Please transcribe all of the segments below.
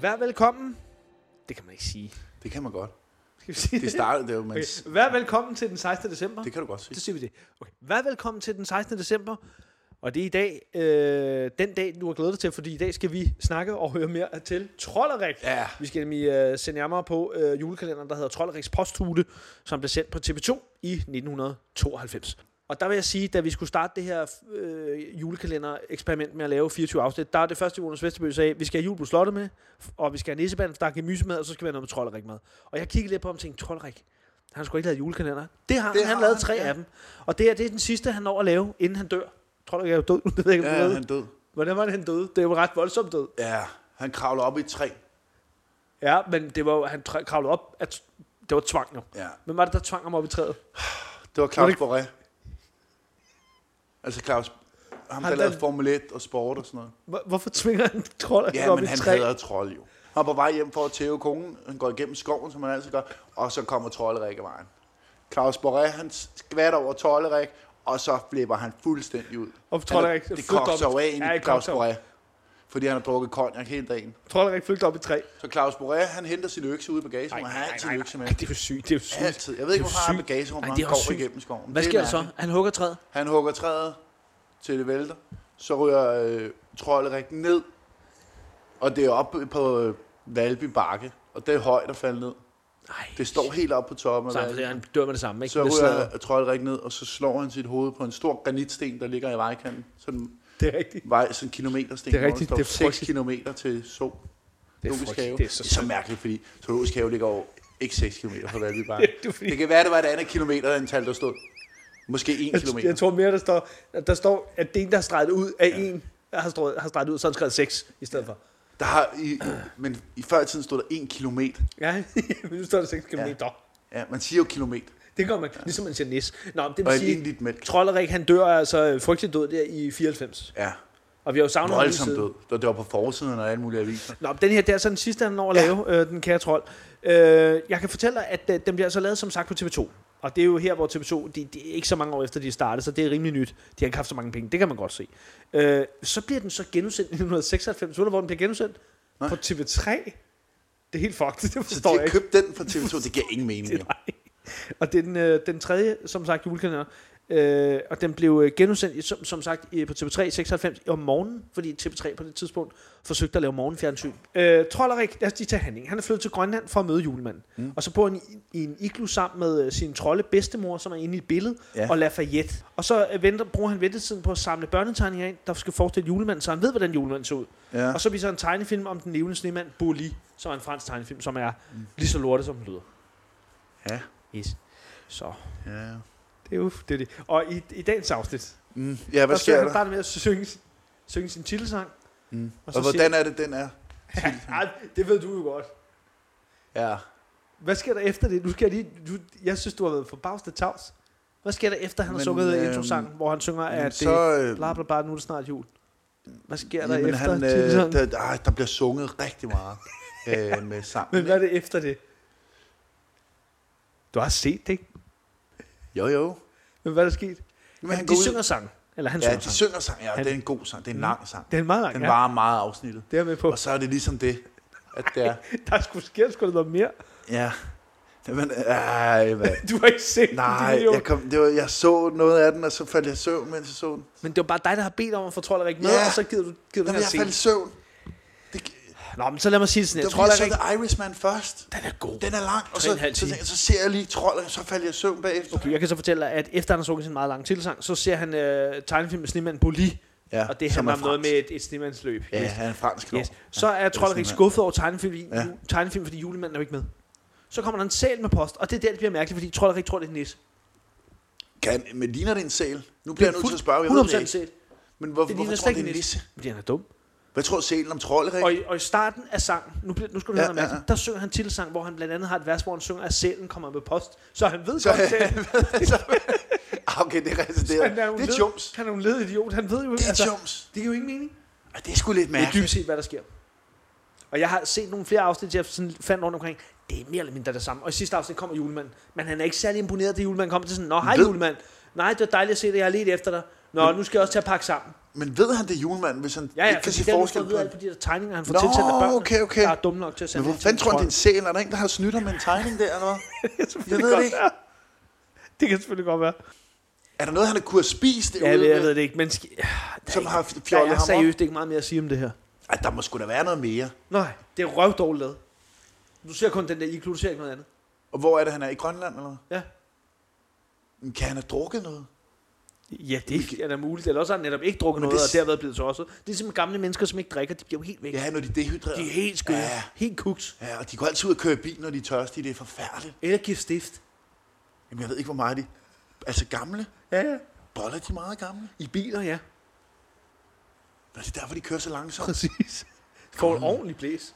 Vær velkommen. Det kan man ikke sige. Det kan man godt. Skal vi sige Det startede det jo, men Okay. Vær velkommen til den 16. december. det kan du godt sige. Så siger vi det. Okay. Vær velkommen til den 16. december. Og det er i dag, øh, den dag, du har glædet dig til, fordi i dag skal vi snakke og høre mere til Trollerik. Ja, Vi skal nemlig øh, se nærmere på øh, julekalenderen, der hedder Trolleriks Posthute, som blev sendt på TV2 i 1992. Og der vil jeg sige, da vi skulle starte det her øh, julekalendereksperiment med at lave 24 afsnit, der er det første, Jonas Vesterbøg sagde, vi skal have jul på slottet med, og vi skal have nissebanden, for der kan myse med, og så skal vi have noget med trollerik med. Og jeg kiggede lidt på ham og tænkte, trollerik, han skulle ikke lavet julekalender. Det har det Det han, han har lavet han, tre ja. af dem. Og det her, det er den sidste, han når at lave, inden han dør. Trollerik er jo død, det ved jeg ikke, om du ja ved. han død. Hvordan var det, han døde? Det var ret voldsomt død. Ja, han kravler op i et træ. Ja, men det var, jo- han tra- kravlede op. At, det var tvang jo. Ja. Hvem var det, der tvang ham op i træet? Det var Var Claus det- Boré. Altså Claus, ham der den- lavede Formel 1 og sport og sådan noget. Hvor- Hvorfor tvinger han troller Ja, op men i han træet? hader trold jo. Han er på vej hjem for at tæve kongen. Han går igennem skoven, som han altid gør. Og så kommer trolderik af vejen. Claus Boré, han skvatter over trolderik, og så flipper han fuldstændig ud. Og Trolderik Han er- Det flygter kokser op i- jo af Ja, ind det i Claus kokser op. Boré. Fordi han har drukket konjak hele dagen. Trollerik flygter op i træ. Så Claus Boré, han henter sin økse ude i bagagerummet. Han har altid en økse med. det er jo sygt, det er jo sygt. Altid. Jeg ved ikke, Det er hvorfor han har sygt. bagagerum, Ej, når det han er også går sygt. igennem skoven. Hvad Det er sker der så? mærkeligt. Han hugger træet. Han hugger træet til det vælter. Så ryger øh, trolderik ned. Og det er oppe på øh, Valby Bakke. Og det er højt at falde ned. Nej. Det står helt oppe på toppen så af han, Valby. han dør med det samme, ikke? Så Med slaget. ryger trolderik ned, og så slår han sit hoved på en stor granitsten, der ligger i vejkanten. Sådan Det er rigtigt. vej, sådan en kilometersten, Det er rigtigt, hvor det der er står 6 frygteligt. kilometer til så. Det er Zoologisk frygteligt. have. Det er så det er så mærkeligt, fordi Zoologisk Have ligger jo ikke 6 km fra Valby Bakke. Det er fordi- det kan være, det var et andet kilometer end tal, der stod. Måske 1 km. Jeg, jeg tror mere, der står, at der står, at det er en, der har streget ud af en, der har streget, har streget ud, så har han skrevet 6 i stedet for. Der har i, men i før i tiden stod der 1 km. Ja, men nu står der 6 km. Ja. Ja, man siger jo kilometer. Det gør man, ligesom man siger nis. Nå, men det Og vil en en sige, lidt mælk. Trollerik, han dør altså frygtelig død der i 94. Ja, Og vi har jo savnet ham lige voldsomt siden. død. Og det var på forsiden og alle mulige aviser. Nå, men den her, det er så den sidste, han når at lave, øh, den kære trold. Øh, jeg kan fortælle dig, at øh, den bliver så lavet som sagt på TV2. Og det er jo her, hvor TV2, de, de er ikke så mange år efter, de startede, så det er rimelig nyt. De har ikke haft så mange penge, det kan man godt se. Øh, så bliver den så genudsendt i 1996. Ved du, hvor den bliver genudsendt? Nej. På TV3. Det er helt fucked, det Så forstår de jeg har ikke. købt den fra TV2, det giver ingen mening. Jo. Og det er den, øh, den tredje, som sagt, julekalender. Øh, og den blev øh, genudsendt, i- som, som sagt, i- på TV3 i 96 om morgenen, fordi TV3 på det tidspunkt forsøgte at lave morgenfjernsyn. Øh, Trollerik, lad os lige tage handling. Han er flyttet til Grønland for at møde julemanden. Mm. Og så bor han i, i en iglu sammen med øh, sin trolde bedstemor, som er inde i billedet, ja. Ja. og Lafayette. Og så øh, venter, bruger han ventetiden på at samle børnetegninger ind, der skal forestille julemanden, så han ved, hvordan julemanden så ud. Ja. Og så viser han en tegnefilm om den levende snemand, Bully, som er en fransk tegnefilm, som er mm. lige så lortet, som den lyder. Ja. Yes. Så. Ja. Det er jo det. Er det. Og i, i dagens afsnit, Mm. ja, der hvad sker sker han der? starter med at synge, synge sin titelsang. Mm. og Og, så hvordan er det, den er? Ej, det ved du jo godt. Ja. Hvad sker der efter det? Nu skal jeg lige, du, jeg synes, du har været forbavset tavs. Hvad sker der efter, han har Men, sunget øh, øhm, introsangen, hvor han synger, at så, det øh, bla bla bla, nu er det snart jul? Hvad sker der Jamen, efter han, øh, titelsangen? der, ej, der bliver sunget rigtig meget øh, med sangen. Men hvad er det efter det? Du har set det, ikke? Jo, jo. Men hvad er der sket? Men Han, han de går ud- synger sang. Eller han Ja, synger de sang. synger sang. Ja, Han- det er en god sang. Det er en lang sang. Det er en meget lang, Den ja. varer meget afsnittet. Det er jeg med på. Og så er det ligesom det, at det er... Der skulle ske sgu da noget mere. Ja. Jamen, ej, hvad? Du har ikke set den, Nej, din idiot. jeg, kom, det var, jeg så noget af den, og så faldt jeg i søvn, mens jeg så den. Men det var bare dig, der har bedt om at få Trollerik med, Ja. og så gider du, gider du Jamen, den her jeg faldt scene. i søvn. Det, Nå, men så lad mig sige det sådan. jeg Jeg tror, jeg så Trollerik, The Irishman først. den er god. Den er lang, og Tre og en så, halv så, time. tænker jeg, så ser jeg lige trolden, og så falder jeg i søvn bagefter. Okay, jeg kan så fortælle dig, at efter han har sunget sin meget lange tilsang, så ser han øh, tegnefilmen Snemanden Bully, Ja, og det som handler er om noget fransk. med et, et snemandsløb. Ja, han er en fransk yes. Yes. Så er Trollerik sådan, skuffet over tegnefilm, ja. Ja. tegnefilm, fordi julemanden er jo ikke med. Så kommer der en sal med post, og det er der, det bliver mærkeligt, fordi Trollerik tror, det er en nisse. Kan, men ligner det en sæl? Nu bliver jeg nødt til at spørge, jeg ved 100% det ikke. set. Men hvorfor, Det hvorfor ligner tror slet du, det ikke er en en nisse? nisse. Fordi han er dum. Hvad tror sælen om trolderik? Og i, og i starten af sangen, nu, bliver, nu skal du Ja, høre noget ja, mærkeligt, der synger han titelsang, hvor han blandt andet har et vers, hvor han synger, at sælen kommer med post. Så han ved Så- godt, at Ah, okay, det er resideret. Han er jo Det er led- chums. Han er jo en led idiot. Han ved jo Det ikke. er Altså, chums. det giver jo ingen mening. Ej, Det er sgu lidt Det er mærkeligt. dybest set, hvad der sker. Og jeg har set nogle flere afsnit, jeg sådan fandt rundt omkring, det er mere eller mindre det samme. Og i sidste afsnit kommer julemanden. Men han er ikke særlig imponeret, da julemanden kommer til sådan, Nå, hej Ved- julemand. Nej, det var dejligt at se dig, jeg har let efter dig. Nå, nu skal jeg også til at pakke sammen. Men ved han det er julemanden, hvis han Ja, ja, ikke kan fordi se det har forskel på på alle det? de der tegninger, han får Nå, tilsendt af børn, okay, okay. der er dumme nok til at Men sende hvor det til fanden tror han, det er kontrol. en sæl? Er der en, der har snydt ham med en tegning der, eller hvad? Jeg ved det ikke. Det kan selvfølgelig godt være. Er der noget, han kunne have spist Ja, jeg derude ved, jeg med, ved det ikke, men sk- ja, der, som er, har der fjollet er ham op? seriøst ikke meget mere at sige om det her. Ej, der må sgu da være noget mere. Nej, det er røvdårligt lavet. Du ser kun den der igloo, du ser ikke noget andet. Og hvor er det, han er? I Grønland, eller hvad? Ja. Men Kan han have drukket noget? Ja, det er da muligt. Eller også har han netop ikke drukket Men noget, det- og derved blevet tosset. Det er ligesom gamle mennesker, som ikke drikker, de bliver jo helt væk. Ja, når de er dehydreret. De er helt skøre. Ja. Ja. Helt kugt. Ja, og de går altid ud og kører i bil, når de er tørstige. Det er forfærdeligt. Eller giver stift. Jamen, jeg ved ikke, hvor meget de... Altså, gamle? Ja, ja. Boller de meget gamle? I biler, ja. Nå, det er derfor, de kører så langsomt. Præcis. Får et ordentligt blæs.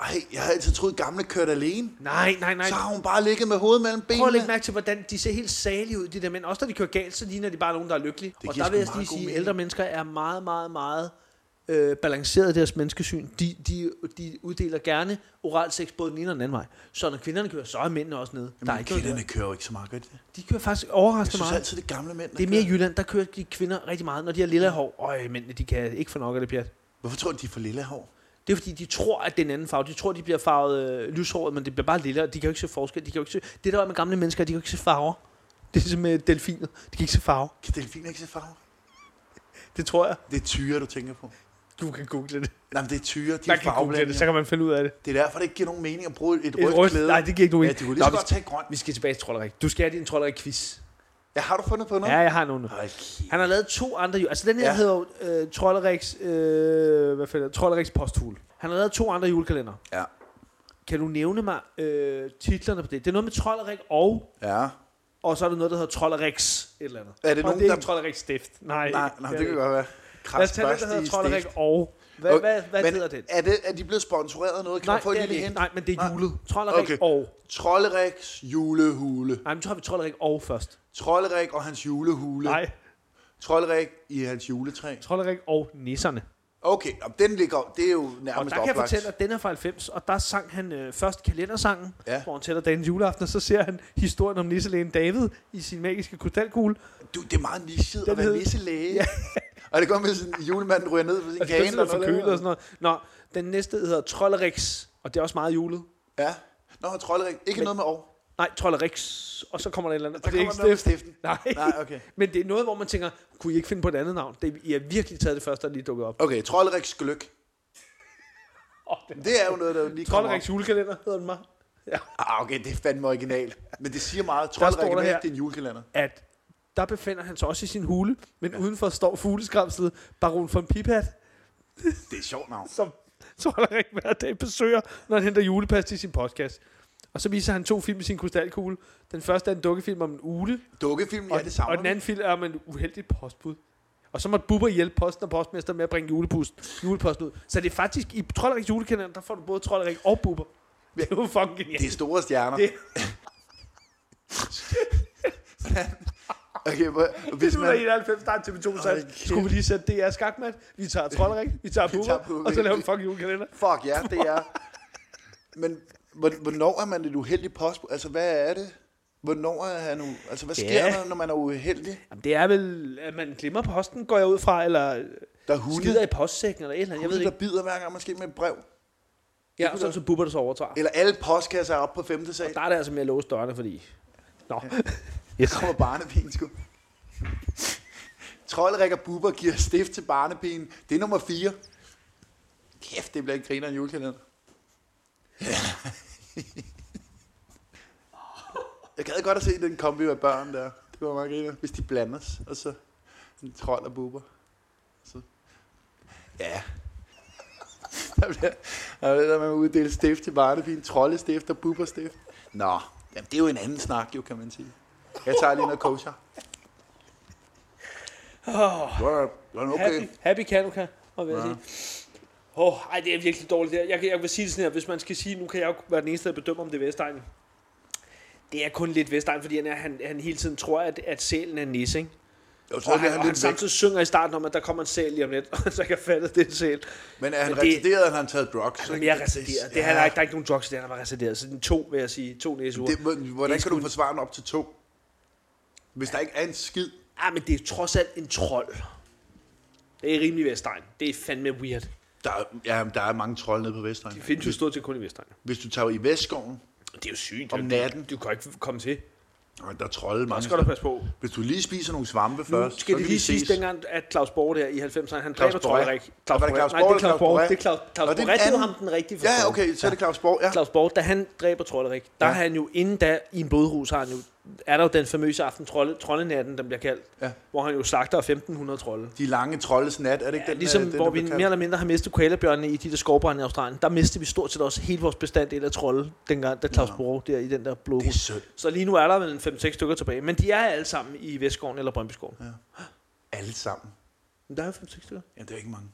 Ej, jeg havde altid troet, gamle kørte alene. Nej, nej, nej. Så har hun bare ligget med hovedet mellem benene. Prøv at lægge mærke til, hvordan de ser helt salige ud, de der mænd. Også når de kører galt, så ligner de bare nogen, der er lykkelige. Det og giver der vil jeg sgu lige meget god sige, at mening. ældre mennesker er meget, meget, meget øh, balanceret i deres menneskesyn. De, de, de uddeler gerne oral sex både den ene og den anden vej. Så når kvinderne kører, så er mændene også nede. Jamen, der er Jamen, ikke noget kvinderne der. kører jo ikke så meget, gør de det? De kører faktisk Jeg overraskende synes meget. altid, det er gamle mænd, der Det er mere i kører. Jylland, der kører de kvinder rigtig meget, når de har lille hår. Øj, mændene, de kan ikke få nok af det pjat. Hvorfor tror du, de får lille hår? Det er fordi, de tror, at det er en anden farve. De tror, de bliver farvet øh, lyshåret, men det bliver bare lille, og de kan jo ikke se forskel. De kan jo ikke se... Det der er med gamle mennesker, de kan jo ikke se farver. Det er ligesom med delfiner. De kan ikke se farver. Kan delfiner ikke se farve? Det tror jeg. Det er tyre, du tænker på. Du kan google det. Nej, men det er tyre, de Man er kan google det, så farveblinde. kan man finde ud af det. Det er derfor, det ikke giver nogen mening at bruge et, Et rødt, rødt- klæde. Nej, det giver ikke nogen ja, mening. de kunne lige Nå, så vi- godt tage et grønt. Vi skal tilbage til Trollerik. Du skal have din Trollerik-quiz. Ja, har du fundet på noget? Ja, jeg har nogen nu. Hold kæft. Han har lavet to andre jule. Altså den her ja. Ja. hedder jo øh, Trolleriks, øh, hvad fanden, Trolleriks posthul. Han har lavet to andre julekalender. Ja. Kan du nævne mig øh, titlerne på det? Det er noget med Trollerik og, Ja. og så er der noget, der hedder Trolleriks et eller andet. Er det og nogen, det er der- ikke Trolleriks stift. Nej, Nej, nej, det kan godt være. Lad os tage den, der Kradsbørste i hedder Trollerik stift. og. Hvad, okay. Okay, hvad, hvad Men hedder den? Er, det, er de blevet sponsoreret af noget? Kan man få det er et det lille ikke. hint? Nej, men det er Nej. julet. Trollerik Okay. og. Trolleriks julehule. Nej, men så har vi Trollerik og først. Trollerik og hans julehule. Nej, Trollerik i hans juletræ. Trollerik og nisserne. Okay, og den ligger, det er jo nærmest Og der kan jeg oplagt. fortælle, at den er fra 90, og der sang han øh, først kalendersangen, ja. Ja. hvor han tæller dagen juleaften, og så ser han historien om nisselægen David i sin magiske krystalkugle. Du, det er meget nichet Den at være hed- nisse læge. Ja. og det går med sådan, julemanden ryger ned på sin Og så kane. sidder for noget kølet der. og sådan noget. Nå, den næste hedder Trollerix, og det er også meget julet. Ja. Nå, trolderik. Ikke Men- Men... noget med år. Nej, Trollerix, og så kommer der et eller andet. Der og det er kommer ikke noget med stift. stiften. Nej. Nej, okay. Men det er noget, hvor man tænker, kunne I ikke finde på et andet navn? Det, I har virkelig taget det første, der lige dukket op. Okay, trolderiks gløk. Oh, den Det er jo noget, der lige kommer op. Trolleriks julekalender hedder den mig. Ja. Ah, okay, det er fandme originalt. Men det siger meget. står Trolderik der er med, her- det er en julekalender. at der befinder han sig også i sin hule, men ja. udenfor står fugleskramslet Baron von Pipat, Det er et sjovt navn. som Trollerik hver dag besøger, når han henter julepas til sin podcast. Og så viser han to film i sin krystalkugle. Den første er en dukkefilm om en ule, Dukkefilm, og, ja, det savner og den vi. anden film er om en uheldig postbud. Og så måtte Bubber hjælpe posten og postmester med at bringe julepust, juleposten ud. Så det er faktisk, i Trolleriks julekalender, der får du både Trollerik og Bubber. Det er jo fucking genialt. Det er store stjerner. Det- okay, hvor- hvis Det er man... 91, der er TV2, Hold så kæft. skulle vi lige sætte DR skakmat, vi tager Trollerik, vi tager Vi tager Bubber, Bubber. og så laver vi en fucking julekalender. Fuck ja, det er... Men hvor- hvornår er man et uheldigt postbud? Altså, hvad er det? Hvornår er han nu? Altså, hvad sker Ja. der, når man er uheldig? Jamen, det er vel, at man glemmer posten, går jeg ud fra, eller øh, Der er hunde, skider i postsækken, eller et eller andet. Jeg ved det hunde ikke. der bider hver gang, man skal med et brev. Ja, og så, så bubber det så overtager. Eller alle postkasser er oppe på femte sal. Der er det altså med at låse dørene, fordi... Nå. Der kommer barnepigen, sgu. Trollerik og Bubber giver stift til barnepigen. Det er nummer 4. Kæft, det bliver en griner en julekalender. Jeg gad godt at se den kombi med børn der. Det var meget griner. Hvis de blandes, og så en trold og buber. Så. Ja. Der bliver, der bliver man uddelt stift til barnepigen. Troldestift og buberstift. Nå, jamen, det er jo en anden snak, jo, kan man sige. Jeg tager lige noget kosher. Oh, Det var, det var en okay. happy, happy Kanuka, må jeg ja. sige. Åh, oh, ej, det er virkelig dårligt det her. Jeg, kan- jeg vil sige det sådan her, hvis man skal sige, nu kan jeg jo være den eneste, der bedømmer, om det er Vestegn. Det er kun lidt Vestegn, fordi han, er, han, han hele tiden tror, at, at sælen er en nisse, ikke? Jo, så Og han, bliver og han han lidt væk. samtidig synger i starten om, at der kommer en sæl lige om lidt, og så kan jeg fatte, at det er en sæl. Men er han Men det- retarderet, eller har han taget drugs? Han er ikke? mere resideret. Det, Ja. han er, ikke- der er ikke nogen drugs, i det han er resideret. Så den to, vil jeg sige. To næseuger. Det, må- hvordan Det kan du forsvare ham op til to? Hvis der ikke er en skid. Ah, men det er trods alt en trold. Det er rimelig Vestegn. Det er fandme weird. Der, er- ja, men der er mange trolde nede på Vestegn. Det findes jo stort set kun i Vestegn. Hvis du tager i Vestskoven, Det er jo sygt. Om jo. natten. Du kan jo ikke komme til. og der er trolde mange Så skal du steder. passe på. Hvis du lige spiser nogle svampe Nu først, skal det så kan lige vi ses. sige, dengang at Claus Borg der i 90'erne, han dræber Claus Borg. Trollerik. Og var det Claus Nej, det er Borg Claus eller Claus Borg. Borg? Det er Claus, Claus Nå, det er Borg. en Det er anden- ham den rigtige Ja, forstået. okay, så er det Claus Borg. Ja. Claus Borg, da han dræber Trollerik, der Ja. ja. han jo inden da i en bådhus, har han jo, er der jo den famøse aften, trolde, troldenatten, den bliver kaldt, Ja. hvor han jo slagter 1500 trolde. De lange troldes nat, er det ikke Ja, den, ligesom øh, den, hvor der vi blev mere kaldt? eller mindre har mistet koalabjørnene i de der skovbrænde i Australien, der mistede vi stort set også hele vores bestanddel af trolde, dengang da Claus Nå. Borg der i den der blå Det er synd. Så lige nu er der vel en 5-6 stykker tilbage, men de er alle sammen i Vestskoven eller Brøndbyskoven. Alle sammen. Men der er jo 5-6 stykker. Ja, det er ikke mange.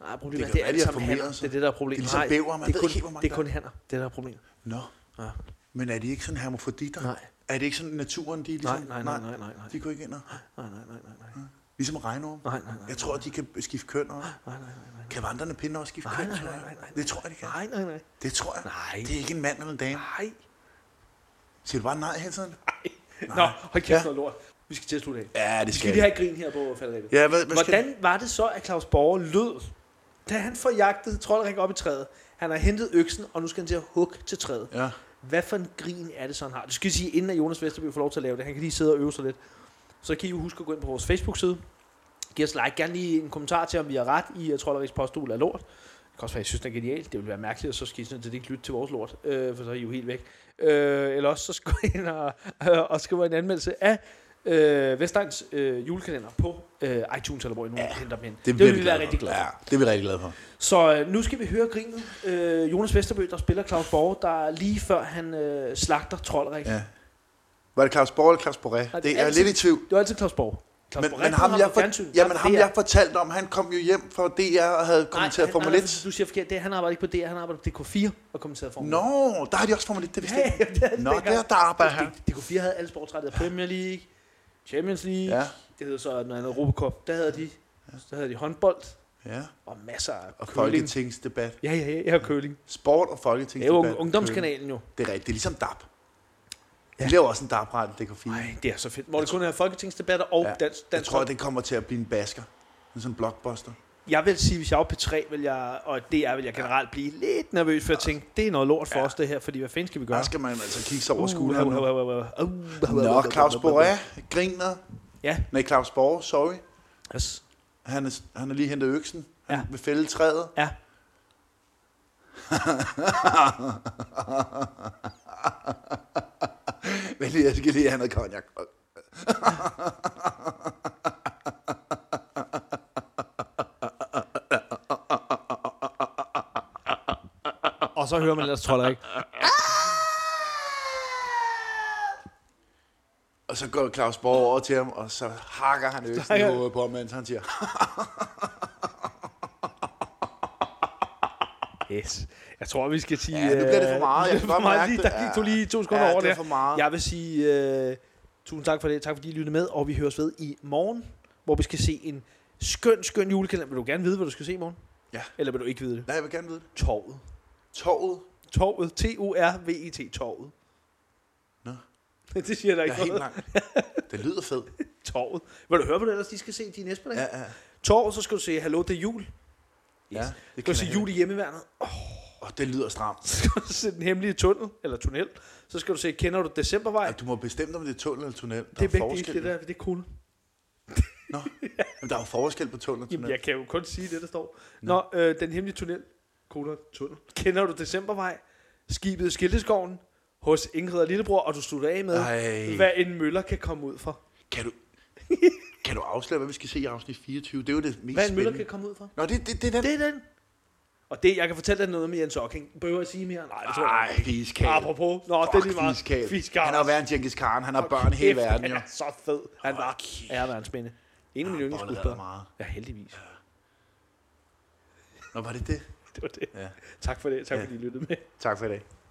Nej, problemet er, Det kan det er være, alle de har sammen hanner. formeret Det sig. er det, der er problemet. Det er ligesom Nej, bæver, man det er ved kun, ikke helt, hvor mange det er der kun hanner. Det er der er problemet. Nå. Ja. Men er de ikke sådan hermofroditter? Nej. Er det ikke sådan naturen, de er Nej, ligesom? nej, nej, nej, nej, nej, De går ikke ind og... nej, nej, nej, nej, nej. Ligesom regnorm. Nej, nej, nej. Jeg tror, at de kan skifte køn også. Nej, nej, nej, nej. Kan vandrende pinde også skifte Nej, køn? nej, tror jeg? nej, nej, nej. Det tror jeg, de kan. Nej, nej, nej. Det tror jeg. Nej. Det er ikke en mand eller en dame. Nej. Siger du bare nej hele tiden? Nå, hold Ja. kæft noget lort. Vi skal til at slutte af. Ja, det Vi skal lige have et grin her på falderæbet. Ja, hvad, hvad skal... Hvordan var det så, at Claus Borger lød, da han får jagtet Trollerik op i træet? Han har hentet øksen, og nu skal han til at hugge til træet. Ja. Hvad for en grin er det, så han har? Det skal jeg sige, inden at Jonas Vesterby får lov til at lave det. Han kan lige sidde og øve sig lidt. Så kan I jo huske at gå ind på vores Facebook-side. Giv os like. Gerne lige en kommentar til, om vi har ret i, at Trolleriks påstol er lort. Det kan også være, at I synes, den er genial. Det ville være mærkeligt, og så skal I sådan set ikke lytte til vores lort, øh, for så er I jo helt væk. Øh, eller også så skal I ind og, øh, og skrive en anmeldelse af øh, Vestegns øh, julekalender på øh, iTunes, eller hvor I nu ja, henter dem hen. Det, det ville vi være rigtig glade for. Ja, det er vi rigtig glade for. Så øh, nu skal vi høre grinet. Øh, Jonas Vesterbø, der spiller Claus Borg, der lige før han øh, slagter Trollerik. Ja. Ja. Var det Claus Borg eller Claus Boré? det Det er er jeg er altid- lidt i tvivl. Det var altid Claus Borg. Claus Men, Borg, men han ham, har jeg, på for, fjernsynet. jamen, ham Det er- jeg fortalte om, han kom jo hjem fra DR og havde kommenteret Nej, Formel nej, 1. Du siger forkert. Det, han arbejder ikke på DR, han arbejder på DK4 og kommenterede Formel 1. Nå, der har de også Formel 1, det vidste jeg Ja, ikke. ja, det er det Nå, dengang. der, der arbejder han. Det- DK4 havde alle sportsrettigheder. Premier League, Champions League, Ja, ja. det hedder så noget andet Europa Cup. Der havde de, der havde de håndbold ja. og masser af Og curling. folketingsdebat. Ja, ja, ja, ja, curling. Sport og Det er jo folketingsdebat. ung- ungdomskanalen jo. Det er rigtigt, det er ligesom DAP. Ja. De laver også en DAP-ret, det kan fint. Nej, det er så fedt. Hvor det kun er folketingsdebatter og Ja. ja. dansk, Jeg dansk tror, det kommer til at blive en basker. En sådan blockbuster. Jeg vil sige, hvis jeg var på 3, vil jeg, og det er, vil jeg generelt blive lidt nervøs for at tænke, det er noget lort for Ja. os det her, fordi hvad fanden skal vi gøre? Der skal man altså kigge sig over Uh, skulderen. uh, nu. uh, uh, uh, uh, uh, uh, uh, Nå, uh, Claus uh, uh, uh, Boré griner. Ja. Nej, Claus Borg, sorry. Yes. Han er, han er lige hentet øksen. Han Ja. vil fælde træet. Ja. Men lige, jeg skal lige have noget cognac. Og så hører man ellers troller ikke. Og så går Claus Borg over til ham, og så hakker han øksen i Hakker. hovedet på ham, mens han siger, Yes. Jeg tror, vi skal sige... Ja, nu bliver det for øh, meget. Jeg nu bliver det kan for godt meget. mærke Lige- det. Der gik Ja. du lige to sekunder Ja, over det var der. for meget. Jeg vil sige øh, tusind tak for det. Tak fordi I lyttede med, og vi høres ved i morgen, hvor vi skal se en skøn, skøn julekalender. Vil du gerne vide, hvad du skal se i morgen? Ja. Eller vil du ikke vide det? nej, jeg vil gerne vide det. Torvet. Toget. Torvet. T-O-R-V-E-T. Torvet. Nå. Det siger der Jeg ikke er helt noget. langt. Det lyder fedt. Torvet. Vil du høre, hvad du ellers de skal se din næste dag? Ja, Ja. ja. Torvet, så skal du se Hallo, det er jul. ja det Du skal se jul i hjemmeværnet. Oh, det lyder stramt. Så skal du se den hemmelige tunnel, eller tunnel. Så skal du se, kender du Decembervej? Ej, du må bestemme dig, om det er tunnel eller tunnel. Der det er vigtigt, forskel. det der, det er cool. Nå. Jamen, der er jo forskel på tunnel og tunnel. Jamen, jeg kan jo kun sige det, der står. Nå, øh, den hemmelige tunnel, kolon, tunnel. Kender du Decembervej? Skibet i Skilteskoven? Hos Ingrid og Lillebror, og du slutter af med, Ej. hvad en møller kan komme ud for. Kan du, kan du afsløre, hvad vi skal se i afsnit 24? Det er jo det mest Hvad en møller spændende. kan komme ud for. Nå, det, det, det er den. Det er den. Og det, jeg kan fortælle dig noget med Jens Ocking. Behøver jeg sige mere? Nej, det tror jeg Ej, ikke. fiskal. Apropos. Nå, det er lige meget. Fiskal. Fiskal. Han har været en Genghis Khan. Han har børn i hele Kæft, verden, Han jo. er så fed. Han var kæft. ærværensmændende. En af mine Bollet er der yndlingsskuespillere. meget. Ja, heldigvis. Nå, var det det? Det var det. Ja. Tak for det. Tak Ja. fordi I lyttede med. Tak for i dag.